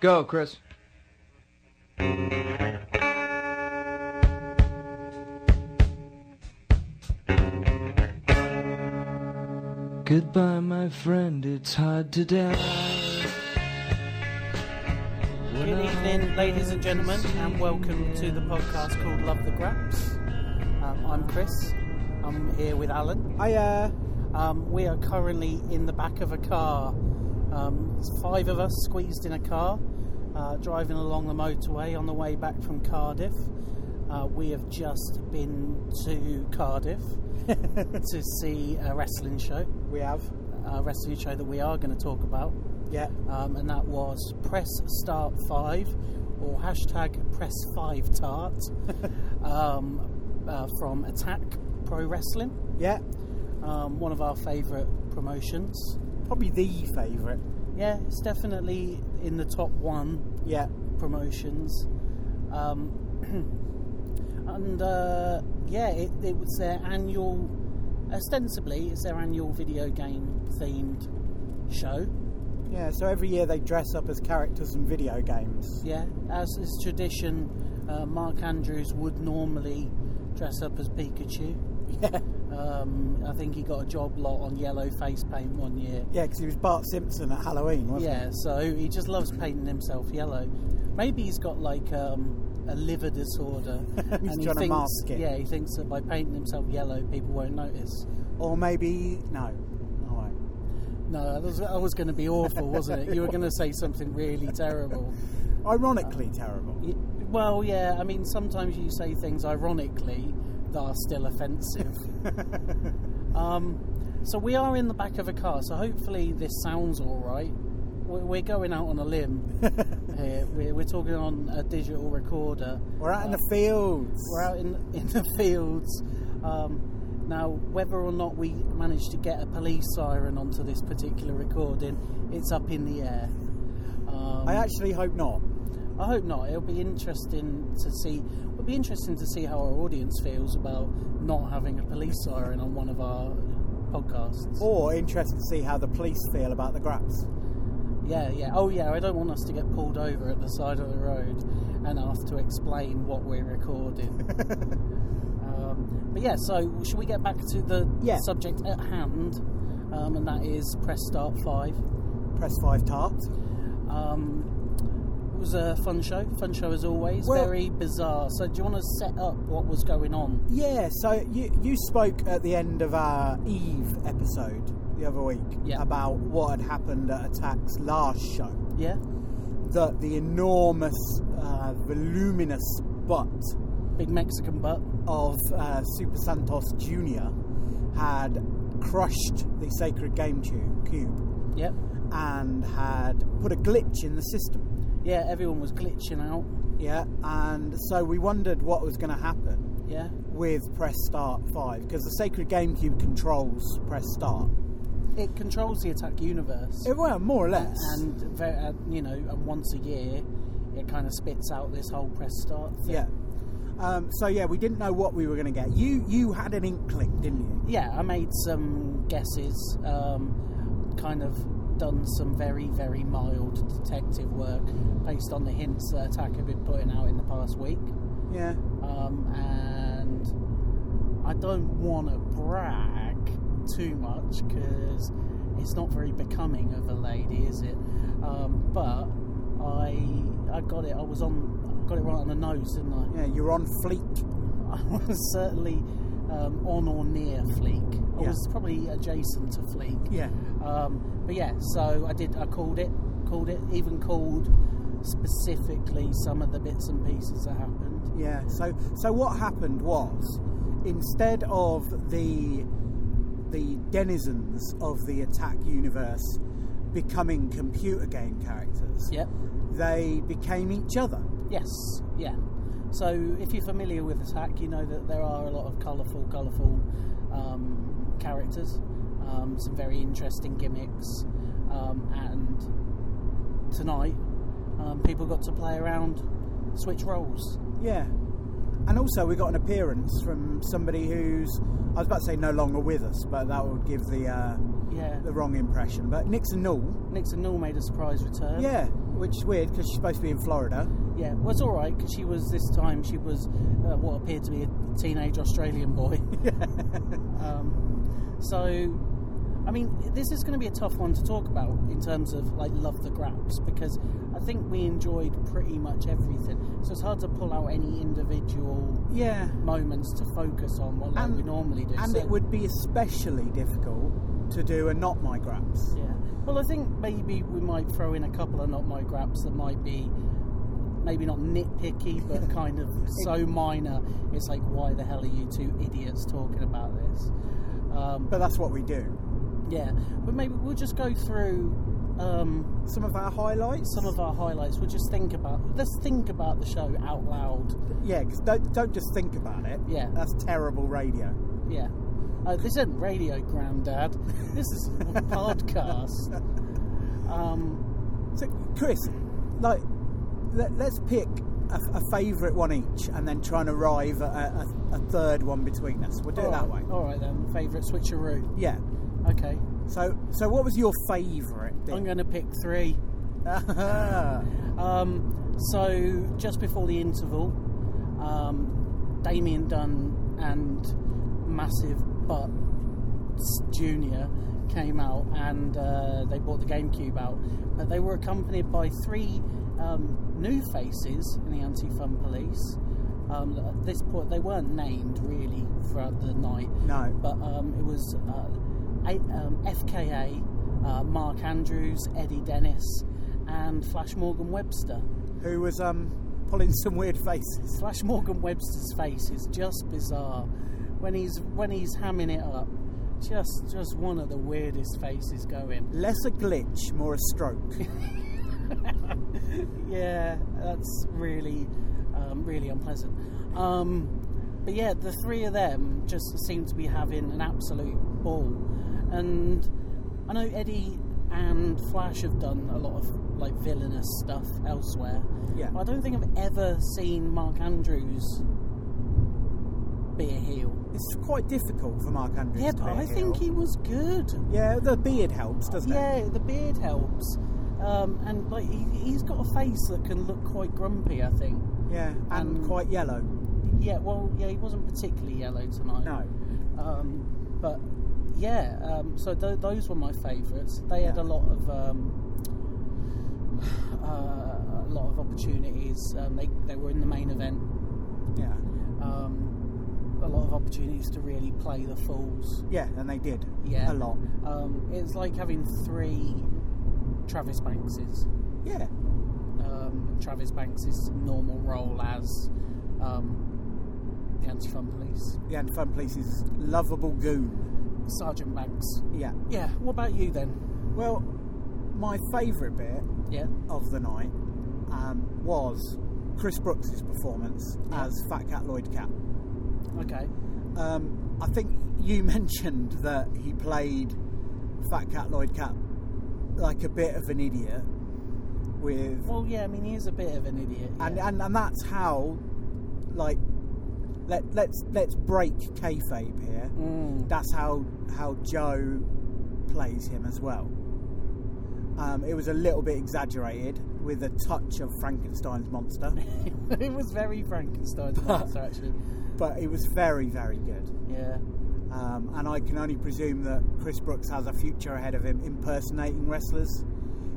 Go, Chris. Goodbye, my friend, it's hard to die. Good evening, ladies and gentlemen, and welcome to the podcast called Love the Graps. Um, I'm Chris. I'm here with Alan. Hiya. Um, we are currently in the back of a car. Um, it's five of us squeezed in a car, uh, driving along the motorway on the way back from Cardiff. Uh, we have just been to Cardiff to see a wrestling show, We have. a wrestling show that we are going to talk about, Yeah. um, and that was Press Start 5 or hashtag Press 5 Tart um, uh, from Attack Pro Wrestling Yeah. um, one of our favourite promotions. Probably the favourite. Yeah, it's definitely in the top one Yeah. promotions. Um, and uh, yeah, it, it was their annual, ostensibly, it's their annual video game themed show. Yeah. So every year they dress up as characters in video games. Yeah, as is tradition, uh, Mark Andrews would normally dress up as Pikachu. Yeah. Um, I think he got a job lot on yellow face paint one year. Yeah, because he was Bart Simpson at Halloween, wasn't Yeah, so he just loves painting himself yellow. Maybe he's got like um, a liver disorder, He's and he trying to thinks, mask it. yeah, he thinks that by painting himself yellow, people won't notice. he? Or maybe no. All right. No, that was, that was going to be awful, wasn't it? You were going to say something really terrible. Uh, Ironically terrible. Y- Well, yeah, I mean, sometimes you say things ironically that are still offensive. um, so we are in the back of a car, so hopefully this sounds all right. We're we're going out on a limb here. We're, we're talking on a digital recorder. We're out in Uh, the fields. We're out in, in the fields. Um, now, whether or not we manage to get a police siren onto this particular recording, it's up in the air. Um, I actually hope not. I hope not. It'll be interesting to see. It'll be interesting to see how our audience feels about not having a police siren on one of our podcasts. Or interested to see how the police feel about the graps. Yeah, yeah. Oh, yeah. I don't want us to get pulled over at the side of the road and asked to explain what we're recording. um, but yeah. So should we get back to the Yeah. subject at hand? Um, and that is press start five. Press five tart. Um, it was a fun show. Fun show as always. Well- Very bizarre. So do you want to set up what was going on? Yeah. So you you spoke at the end of our Eve episode the other week Yeah. about what had happened at Attack's last show. Yeah, the the enormous, uh, voluminous butt big Mexican butt. of uh, Super Santos Jr. had crushed the sacred game tu- cube Yep. and had put a glitch in the system. Yeah, everyone was glitching out. Yeah, and so we wondered what was going to happen Yeah. with Press Start Five because the sacred game cube controls Press Start. It controls the attack universe, Eh, Well, more or less. and ve- uh, you know, and once a year, it kind of spits out this whole press start thing. yeah. Um, so yeah, we didn't know what we were going to get. You you had an inkling, didn't you? Yeah, I made some guesses. Um, kind of done some very very mild detective work based on the hints that attack had been putting out in the past week. Yeah. Um, and I don't want to brag too much because it's not very becoming of a lady, is it? Um, but I I got it. I was on I got it right on the nose, didn't I? Yeah, you're on fleek. I was certainly um, on or near Fleek. I Yeah. was probably adjacent to Fleek. Yeah. Um, but yeah, so I did. I called it. Called it. Even called specifically some of the bits and pieces that happened. Yeah. So so what happened was instead of the the denizens of the attack universe becoming computer game characters, Yep. they became each other. Yes, yeah. So if you're familiar with Attack, you know that there are a lot of colourful, colourful um, characters, um, some very interesting gimmicks, um, and tonight um, people got to play around, switch roles. Yeah. And also we got an appearance from somebody who's I was about to say no longer with us, but that would give the uh, Yeah. the wrong impression. But Nixon Null, Nixon Null made a surprise return. yeah, which is weird because she's supposed to be in Florida. Yeah, well, it's all right because she was this time she was uh, what appeared to be a teenage Australian boy. um, so, I mean, this is going to be a tough one to talk about in terms of like love the graps because I think we enjoyed pretty much everything. So it's hard to pull out any individual Yeah, moments to focus on what like, And- we normally do. and So- it would be especially difficult to do a not my graps. Yeah. Well, I think maybe we might throw in a couple of not my graps that might be maybe not nitpicky, but kind of so minor. It's like, why the hell are you two idiots talking about this? Um, But that's what we do. yeah. But maybe we'll just go through um, Some of our highlights. some of our highlights. We'll just think about. Let's think about the show out loud. yeah, because don't, don't just think about it. Yeah. that's terrible radio. Yeah. Uh, this isn't radio, Grandad. This is a podcast. Um, So, Chris, like, let, us pick a, a favourite one each, and then try and arrive at a, a, a third one between us. We'll do it that way. All right then. Favorite switcheroo. Yeah. Okay. So, so what was your favourite? I'm thing? going to pick three. Um, so just before the interval, um, Damien Dunn and Massive Butt Junior came out and uh, they bought the GameCube out, but they were accompanied by three um, new faces in the Anti-Fun Police. Um, at this point, they weren't named really throughout the night, no. but um, it was uh, eight, um, FKA, uh, Mark Andrews, Eddie Dennis, and Flash Morgan Webster. Who was um pulling some weird faces? Flash Morgan Webster's face is just bizarre when he's when he's hamming it up. Just just one of the weirdest faces going. Less a glitch, more a stroke. Yeah, that's really um, really unpleasant. Um, but yeah, the three of them just seem to be having an absolute ball. And I know Eddie and Flash have done a lot of like villainous stuff elsewhere. Yeah. I don't think I've ever seen Mark Andrews be a heel. It's quite difficult for Mark Andrews. Yeah, to but be a I think heel. he was good. Yeah, the beard helps, doesn't it? Yeah, the beard helps. Um, and like he, he's got a face that can look quite grumpy, I think. Yeah, and Um, quite yellow. Yeah, well, yeah, he wasn't particularly yellow tonight. No. Um, but yeah, um, so th- those were my favourites. They had Yeah. a lot of um, uh, a lot of opportunities. Um, they they were in the main event. Yeah. Um, a lot of opportunities to really play the fools. Yeah, and they did. Yeah. A lot. Um, it's like having three Travis Bankses. Yeah. Um, Travis Banks's normal role as um, the anti-fun police The Anti-Fun Police's lovable goon. Sergeant Banks. Yeah. Yeah. What about you then? Well, my favourite bit Yeah. of the night um, was Chris Brooks's performance as Fat Cat Lloyd Cat. Okay. Um, I think you mentioned that he played Fat Cat Lloyd Cat like a bit of an idiot with Well, yeah. I mean, he is a bit of an idiot. yeah. and, and and that's how like let let's let's break kayfabe here. Mm. That's how how Joe plays him as well. Um, it was a little bit exaggerated with a touch of Frankenstein's monster, it was very Frankenstein's monster, actually. but it was very very good. Yeah. Um, and I can only presume that Chris Brooks has a future ahead of him impersonating wrestlers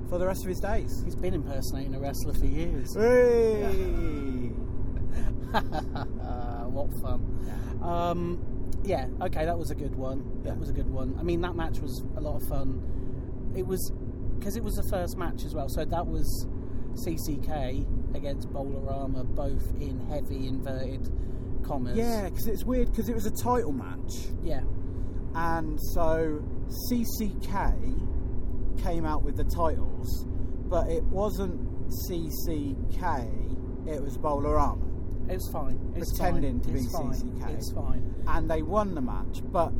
for the rest of his days. He's been impersonating a wrestler for years. Hey! what fun. Um, yeah, okay, that was a good one. That Yeah. was a good one. I mean, that match was a lot of fun. It was because it was the first match as well, so that was CCK against Bolarama, both in heavy inverted commas. Yeah, because it's weird because it was a title match. yeah, and so CCK came out with the titles, but it wasn't CCK, it was Bolarama, it was fine. It's fine. Pretending to be it's fine. CCK. It's fine. and they won the match, but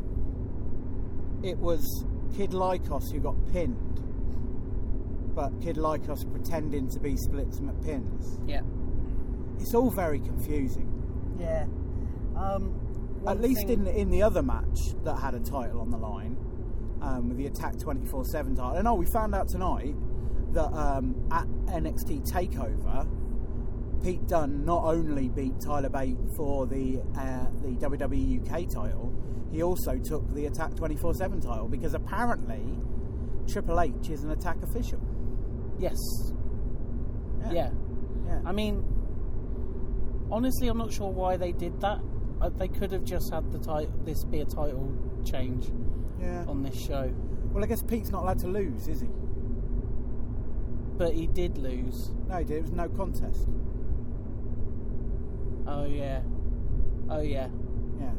it was Kid Lycos who got pinned, but Kid Lycos pretending to be Splitsmith pins. Yeah, It's all very confusing. yeah. Um, one At least thing- in in the other match that had a title on the line, um, the Attack 24 7 title. And oh, we found out tonight that um, at NXT TakeOver, Pete Dunne not only beat Tyler Bate for the, uh, the WWE UK title, he also took the Attack 24 7 title because apparently Triple H is an Attack official. Yes. yeah. yeah. I mean, honestly, I'm not sure why they did that. Uh, They could have just had the title. This be a title change yeah. on this show, Well, I guess Pete's not allowed to lose, is he? but he did lose. No, he did. It was no contest. Oh yeah, oh yeah. Yeah.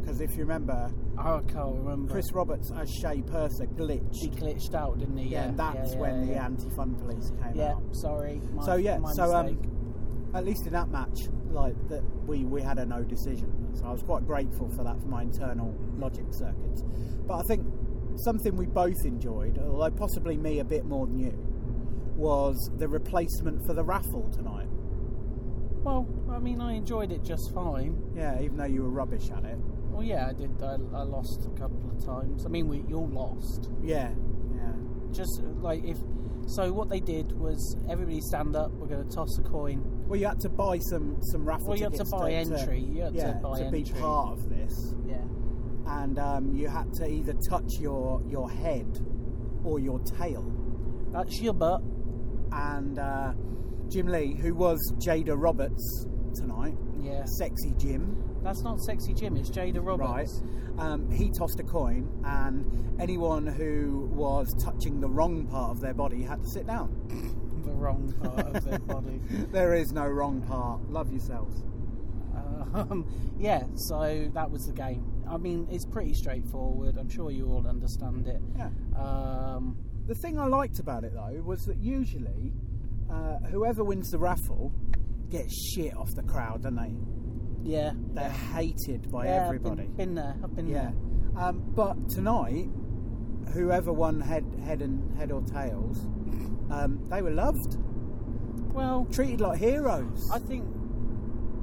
Because if you remember, Oh, I can't remember. Chris Roberts as Shea Purser he glitched. glitched out, didn't he? Yeah, Yeah, and that's yeah, when yeah, the anti-fun police came Yeah, out. sorry. My, So, yeah, my so, um, mistake. At least in that match, like that, we we had a no decision. So I was quite grateful for that for my internal logic circuits. But I think something we both enjoyed, although possibly me a bit more than you, was the replacement for the raffle tonight. well, I mean, I enjoyed it just fine. Yeah, even though you were rubbish at it. Well, yeah, I did. I, I lost a couple of times. I mean, we you all lost. Yeah, yeah, Just like if. So what they did was everybody stand up. We're going to toss a coin. Well, you had to buy some some raffle. Well, you had to tickets buy entry. You had to yeah, buy be entry. part of this, Yeah. and um, you had to either touch your your head or your tail. That's your butt. And uh, Jim Lee, who was Jada Roberts tonight, Yeah. sexy Jim, That's not sexy Jim, it's Jada Roberts. right? Um, he tossed a coin, and anyone who was touching the wrong part of their body had to sit down. The wrong part of their body. There is no wrong part. Love yourselves. Um, yeah, so that was the game. I mean, it's pretty straightforward. I'm sure you all understand it. Yeah. Um, The thing I liked about it though was that usually uh, whoever wins the raffle gets shit off the crowd, don't they? yeah. They're hated by yeah, everybody. I've been, been there. I've been yeah. there. Um, but tonight, whoever won head, head and head or tails, um, they were loved, Well, treated like heroes. I think.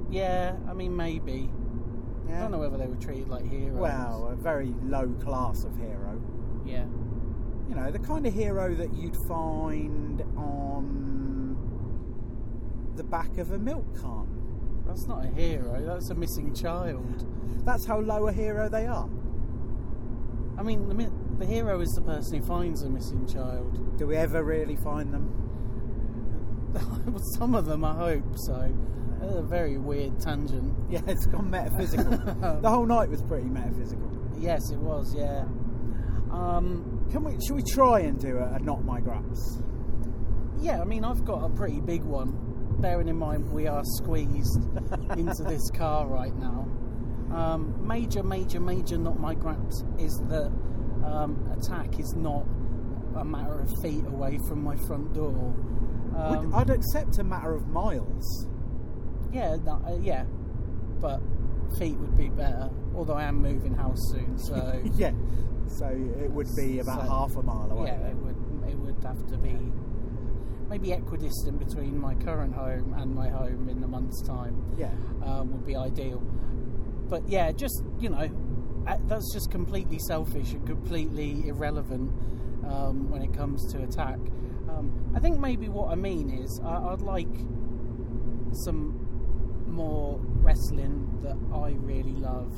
Yeah, I mean, maybe. Yeah. I don't know whether they were treated like heroes. Well, uh, a very low class of hero. Yeah. You know, the kind of hero that you'd find on the back of a milk carton. That's not a hero, that's a missing child. That's how low a hero they are. I mean, the, mi- the hero is the person who finds a missing child. Do we ever really find them? Well, Some of them, I hope so. That's a very weird tangent. Yeah, it's gone metaphysical. the whole night was pretty metaphysical. Yes, it was. Yeah. Um, Can we? Should we try and do a, a not my graps? yeah. I mean, I've got a pretty big one. Bearing in mind we are squeezed into this car right now. Um, major, major, major. Not my graps is that um, attack is not a matter of feet away from my front door. Um, Would, I'd accept a matter of miles. Yeah, no, uh, yeah, but feet would be better. Although I am moving house soon, so yeah, so it would be about So- half a mile away. yeah, it then. would it would have to be maybe equidistant between my current home and my home in a month's time yeah, um, would be ideal. But yeah, just you know, uh, that's just completely selfish and completely irrelevant um, when it comes to attack. Um, I think maybe what I mean is I, I'd like some more wrestling that I really love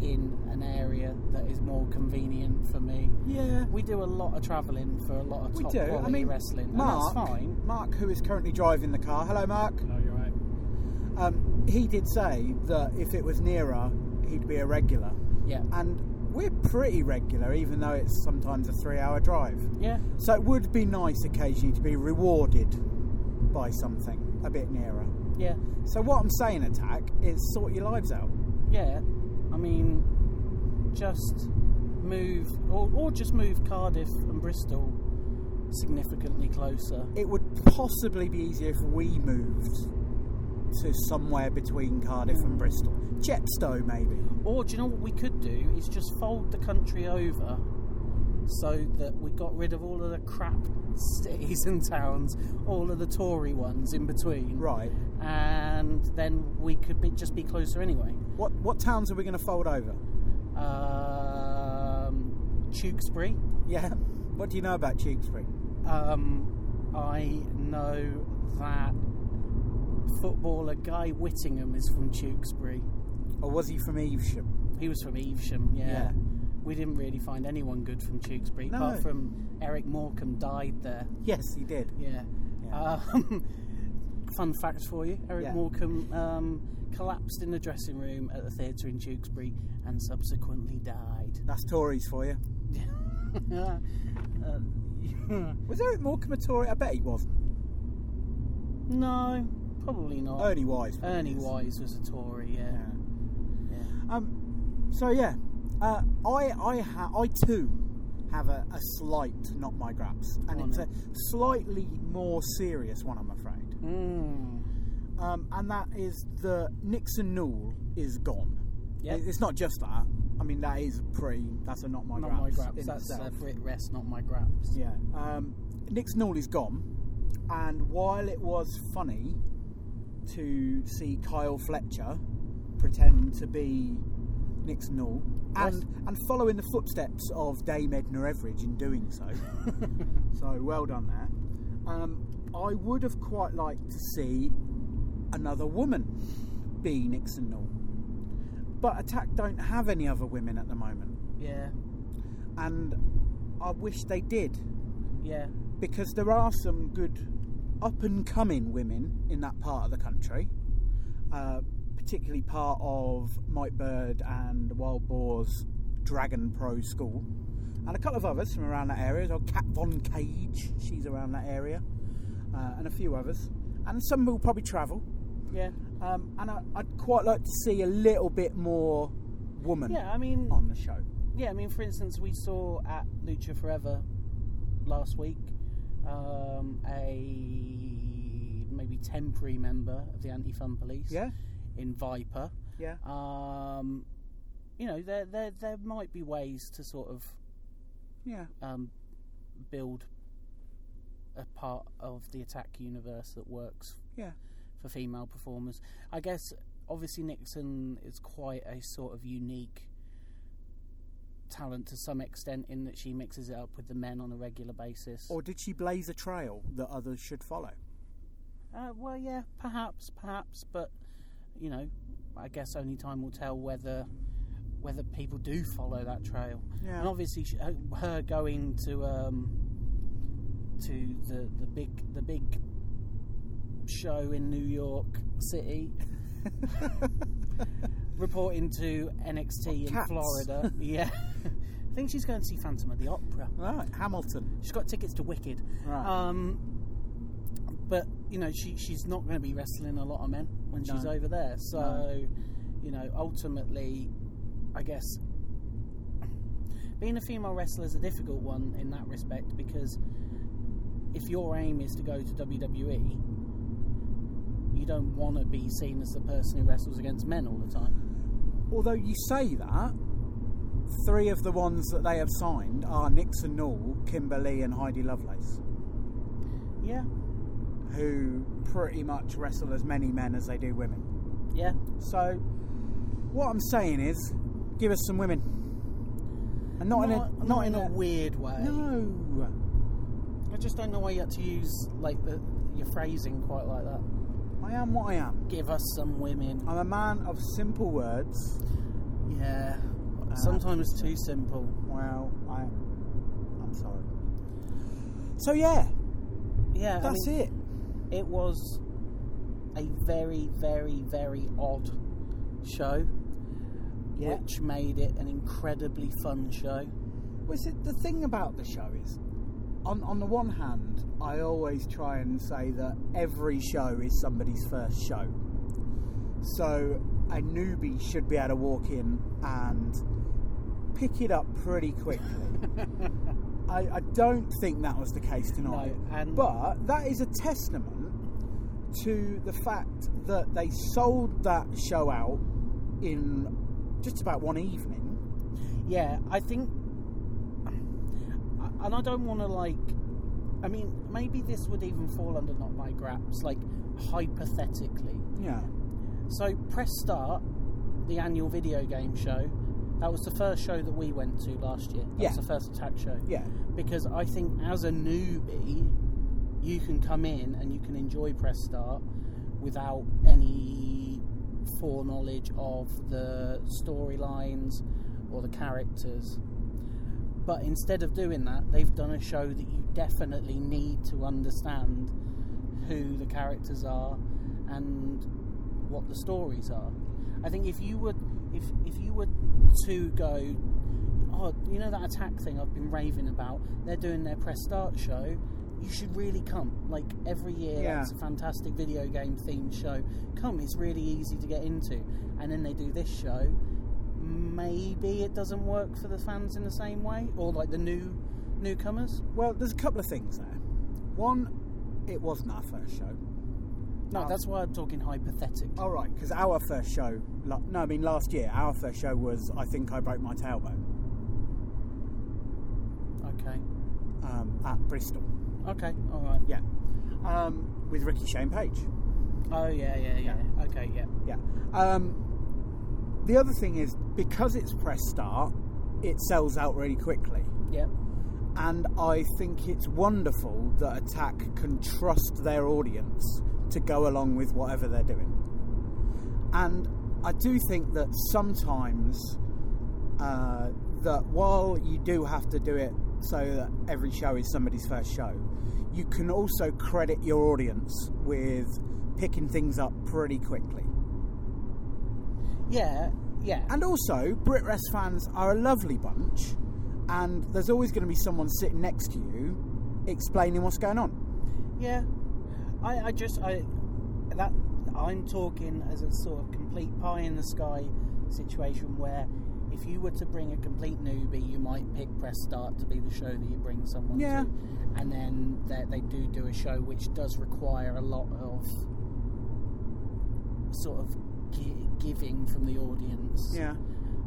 in an area that is more convenient for me. yeah. We do a lot of travelling for a lot of We top do. quality I mean, wrestling, Mark, and that's fine. Mark, who is currently driving the car. Hello, Mark. No, Oh, you're right. Um, he did say that if it was nearer, he'd be a regular, Yeah, and we're pretty regular, even though it's sometimes a three-hour drive. yeah, So it would be nice occasionally to be rewarded by something a bit nearer. yeah, So what I'm saying, attack, is sort your lives out. yeah. I mean, just move, or, or just move Cardiff and Bristol significantly closer. It would possibly be easier if we moved to somewhere between Cardiff and Bristol, Chepstow maybe. Or do you know what we could do? Is just fold the country over so that we got rid of all of the crap cities and towns, all of the Tory ones in between, Right. and then we could be, just be closer anyway. What what towns are we going to fold over? Uh, Um, Tewkesbury. Yeah. What do you know about Tewkesbury? Um, I know that footballer Guy Whittingham is from Tewkesbury. Or was he from Evesham? He was from Evesham, yeah. Yeah. We didn't really find anyone good from Tewkesbury, No. apart from Eric Morecambe died there. Yes, he did. Yeah. Yeah. Um, fun fact for you Eric Yeah. Morecambe um, collapsed in a dressing room at the theatre in Tewkesbury and subsequently died. That's Tories for you. Uh, Was Eric Morecambe a Tory? I bet he wasn't. no, probably not. Ernie Wise. probably Ernie is. Wise was a Tory, yeah. Yeah. yeah. Um, so yeah, uh, I I ha- I too have a, a slight not my graps, and Go on it's then. a slightly more serious one, I'm afraid. Mm. Um, and that is the Nixon Newell is gone. Yep. It- It's not just that. I mean, that is pre. That's a not my Not graps. my graps. in That's uh, itself. Brit Rest, not my graps. Yeah. Um, Nick Snoll is gone, and while it was funny to see Kyle Fletcher pretend to be Nick Snoll and, Was- and follow in the footsteps of Dame Edna Everidge in doing so, so well done there. Um, I would have quite liked to see another woman be Nixon Null. But Attack don't have any other women at the moment. Yeah, And I wish they did yeah, because there are some good up and coming women in that part of the country, uh, particularly part of Mike Bird and Wild Boar's Dragon Pro School, and a couple of others from around that area. So Kat Von Cage, she's around that area, uh, and a few others, and some will probably travel. yeah. Um, and I, I'd quite like to see a little bit more woman Yeah, I mean, on the show. yeah, I mean, for instance, we saw at Lucha Forever last week um, a maybe temporary member of the Anti Fun Police. Yeah, In Viper. yeah, Um, you know, there, there there might be ways to sort of yeah. um, build a part of the attack universe that works Yeah. for female performers. I guess obviously Nixon is quite a sort of unique talent to some extent in that she mixes it up with the men on a regular basis. Or did she blaze a trail that others should follow? uh, well, yeah, perhaps, perhaps, but you know, I guess only time will tell whether whether people do follow that trail. Yeah. And obviously, she, her- her going to um, to the the big the big show in New York City, reporting to NXT in Cats. Florida. Yeah, I think she's going to see Phantom of the Opera. Right, Hamilton. She's got tickets to Wicked. Right. Um, but you know, she she's not going to be wrestling a lot of men when she's No. over there. So, No. you know, ultimately, I guess being a female wrestler is a difficult one in that respect because if your aim is to go to WWE. You don't want to be seen as the person who wrestles against men all the time. Although you say that, three of the ones that they have signed are Nixon Newell, Kimberly, and Heidi Lovelace, Yeah, who pretty much wrestle as many men as they do women. yeah. So, what I'm saying is, give us some women, and not, in a not, in, a, weird way. no. I just don't know why you had to use like the, your phrasing quite like that. I am what I am. Give us some women. I'm a man of simple words. Yeah. Uh, Sometimes too simple. Well, I, I'm sorry. So yeah, Yeah. that's it. it. It was a very, very, very odd show, Yeah. which made it an incredibly fun show. Well, see, the thing about the show is, on, on the one hand, I always try and say that every show is somebody's first show. So a newbie should be able to walk in and pick it up pretty quickly. I, I don't think that was the case tonight. No, and- but that is a testament to the fact that they sold that show out in just about one evening. Yeah, I think, and I don't want to like. I mean, maybe this would even fall under not my graps, like hypothetically. Yeah. So press start, the annual video game show, That was the first show that we went to last year. That Yeah. was the first attack show. Yeah. Because I think as a newbie, you can come in and you can enjoy press start without any foreknowledge of the storylines or the characters. But instead of doing that, they've done a show that you definitely need to understand who the characters are and what the stories are. I think if you were if if you were to go, oh, you know that attack thing I've been raving about. They're doing their press start show. You should really come. Like every year, Yeah. that's a fantastic video game themed show. Come, it's really easy to get into. And then they do this show. Maybe it doesn't work for the fans in the same way, or like the new newcomers. Well, there's a couple of things there. One, it wasn't our first show. No, Um, that's why I'm talking hypothetically. All right, because our first show, la- no, I mean last year, our first show was I think I broke my tailbone Okay. um, at Bristol. Okay. All right. Yeah, um, with Ricky Shane Page. Oh yeah, yeah, yeah. Okay, yeah. Yeah. Um, the other thing is because it's press start, it sells out really quickly, Yep. and I think it's wonderful that Attack can trust their audience to go along with whatever they're doing. And I do think that sometimes uh, that while you do have to do it so that every show is somebody's first show, you can also credit your audience with picking things up pretty quickly. Yeah, yeah. And also, Brit Rest fans are a lovely bunch, and there's always going to be someone sitting next to you explaining what's going on. Yeah, I, I just I that I'm talking as a sort of complete pie in the sky situation where if you were to bring a complete newbie, you might pick Press Start to be the show that you bring someone Yeah. to, and then they, they do do a show which does require a lot of sort of gi- giving from the audience.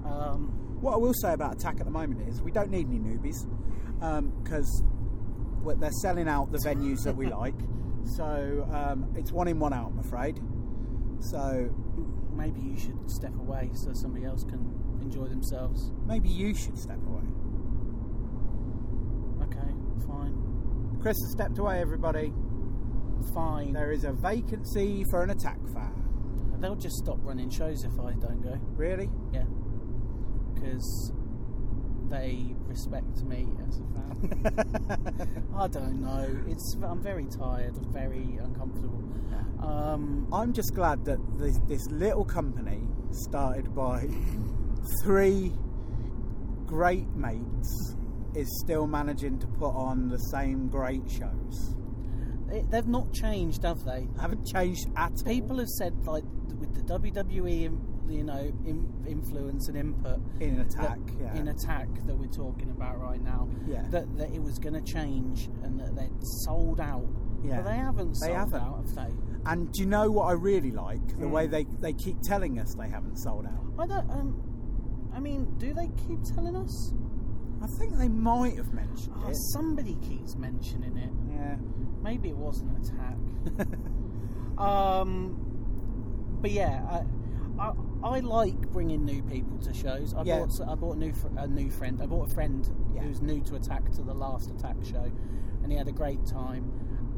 Um, What I will say about Attack at the moment is we don't need any newbies because they're selling out the venues that we like. So um, it's one in, one out, I'm afraid. So maybe you should step away so somebody else can enjoy themselves. maybe you should step away. Okay, fine, Chris has stepped away, everybody. fine. There is a vacancy for an attack fan. They'll just stop running shows if I don't go. Really? Yeah. Because they respect me as a fan. I don't know. It's I'm very tired. I'm very uncomfortable. Um, I'm just glad that this, this little company, started by three great mates, is still managing to put on the same great shows. it, they've not changed, have they? Haven't changed at all. People have said like with the WWE, you know, in, influence and input in attack. that- yeah. in attack that we're talking about right now. Yeah. That, that it was going to change and that they'd sold out. Yeah. But they haven't They sold haven't. out, have they? and do you know what I really like? The Mm. way they, they keep telling us they haven't sold out. I don't. Um, I mean, do they keep telling us? I think they might have mentioned Oh, it. somebody keeps mentioning it. Yeah. Maybe it was an attack. um, but yeah, I, I, I like bringing new people to shows. I Yeah. bought I bought a new fr- a new friend. I bought a friend Yeah. who's new to attack to the last attack show, and he had a great time.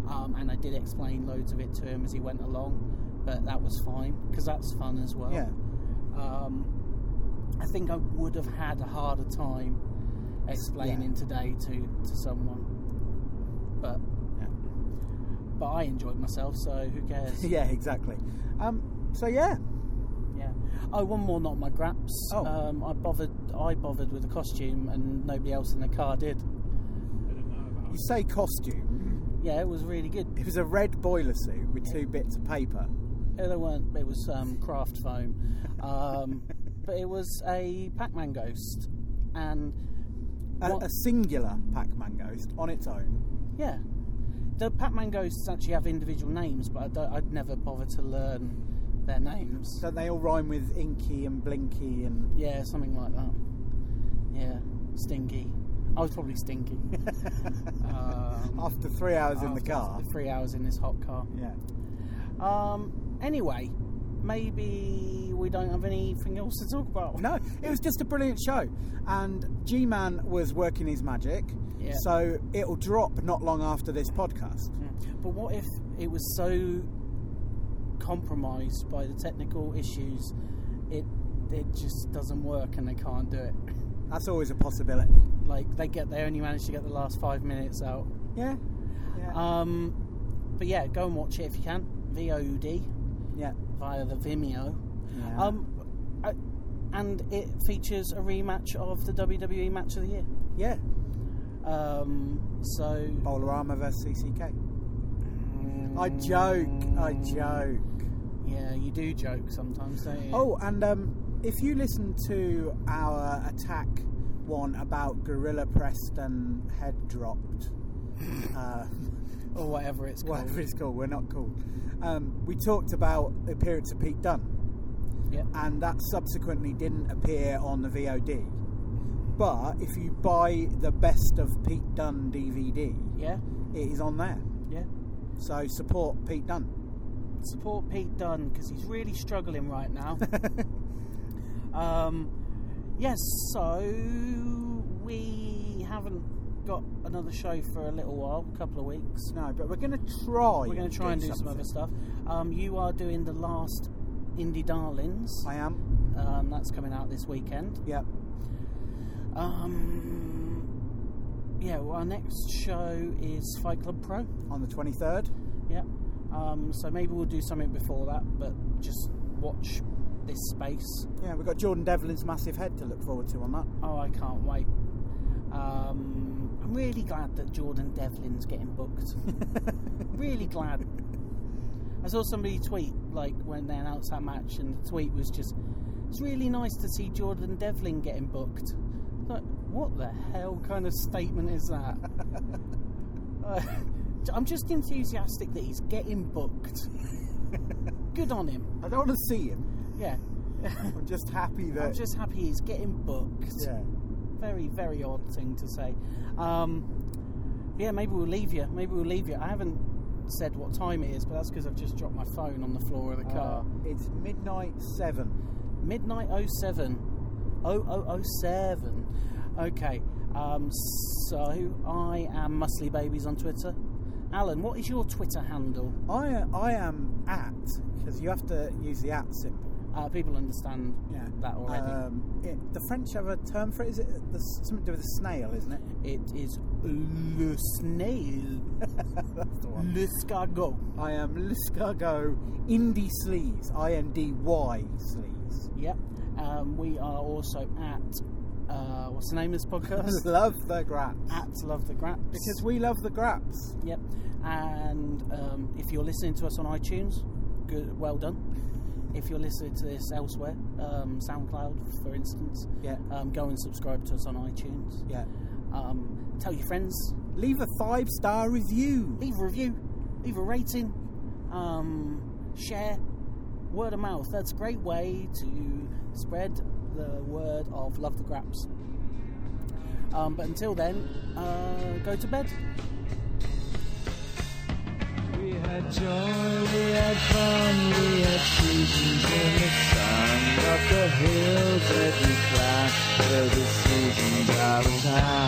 Um, and I did explain loads of it to him as he went along, but that was fine because that's fun as well. Yeah. um, I think I would have had a harder time explaining today to, to someone. But Yeah. but I enjoyed myself, so who cares? Yeah, exactly. Um, so yeah, yeah. Oh, one more, not my graps. Oh. Um, I bothered. I bothered with the costume, and nobody else in the car did. you say costume. Yeah, it was really good. It was a red boiler suit with two bits of paper. Yeah, there weren't. It was um, craft foam, um, but it was a Pac-Man ghost, and A, What- a singular Pac-Man ghost on its own. Yeah. The Pac-Man ghosts actually have individual names, but I don't, I'd never bother to learn their names. So they all rhyme with Inky and Blinky and yeah, something like that. Yeah, Stinky. I was probably stinky. um, after three hours in the after- car. after Three hours in this hot car. Yeah. Um, anyway, maybe we don't have anything else to talk about. No, it was just a brilliant show. And G Man was working his magic. Yeah. So it'll drop not long after this podcast. Hmm. But what if it was so compromised by the technical issues, it it just doesn't work and they can't do it. That's always a possibility. Like they get they only manage to get the last five minutes out. Yeah. Yeah. Um, but yeah, go and watch it if you can. VOD yeah. via the Vimeo. Yeah. Um, I, and it features a rematch of the WWE match of the year. yeah. Um, so Bolarama versus CCK. I joke. I Mm. joke. Yeah, you do joke sometimes, don't you? Oh, and um, if you listen to our attack one about Gorilla Preston head dropped, uh, or whatever it's called. whatever it's called, we're not called. Um, we talked about the appearance of Pete Dunne, Yeah. and that subsequently didn't appear on the VOD. But if you buy the best of Pete Dunne DVD, Yeah. it is on there. Yeah. So support Pete Dunne. Support Pete Dunn because he's really struggling right now. um, yes, so we haven't got another show for a little while, a couple of weeks. no, but we're going to try. We're going to try and do some other stuff. Um, you are doing the last Indie Darlings. I am. Um, that's coming out this weekend. Yep. Um, yeah, well, our next show is Fight Club Pro. On the twenty third. Yeah. Um, so maybe we'll do something before that, but just watch this space. Yeah, we've got Jordan Devlin's massive head to look forward to on that. Oh, I can't wait. Um, I'm really glad that Jordan Devlin's getting booked. really glad. I saw somebody tweet like when they announced that match, and the tweet was just, "It's really nice to see Jordan Devlin getting booked." Like, what the hell kind of statement is that? Uh, I'm just enthusiastic that he's getting booked. Good on him. I don't want to see him. Yeah. I'm just happy that. I'm just happy he's getting booked. Uh, yeah. very very odd thing to say um, yeah maybe we'll leave you maybe we'll leave you i haven't said what time it is but that's because i've just dropped my phone on the floor of the car Uh, it's midnight seven. midnight 07 0007 oh, okay um, so i am muscly babies on twitter alan what is your twitter handle I I am at because you have to use the at symbol. uh, people understand Yeah. that already Um, it, the French have a term for it. Is it the, something to do with a snail, isn't it? it is le snail That's the Mm. one. l'escargot I am Liscargo Indie Sleaze. I N D Y Sleaze. Yep. Um, we are also at uh, what's the name of this I podcast? love the graps at Love the Graps. because we love the graps. yep. And um, if you're listening to us on iTunes, good, well done. If you're listening to this elsewhere, um, SoundCloud, for instance, Yeah. um, go and subscribe to us on iTunes. Yeah. Um, tell your friends. Leave a five star review. Leave a review. Leave a rating. Um, share. Word of mouth. That's a great way to spread the word of Love the Graps. Um, but until then, uh, go to bed. We had joy, we had fun, we had seasons in the sun. Up the hills that we climbed, where the seasons out of time.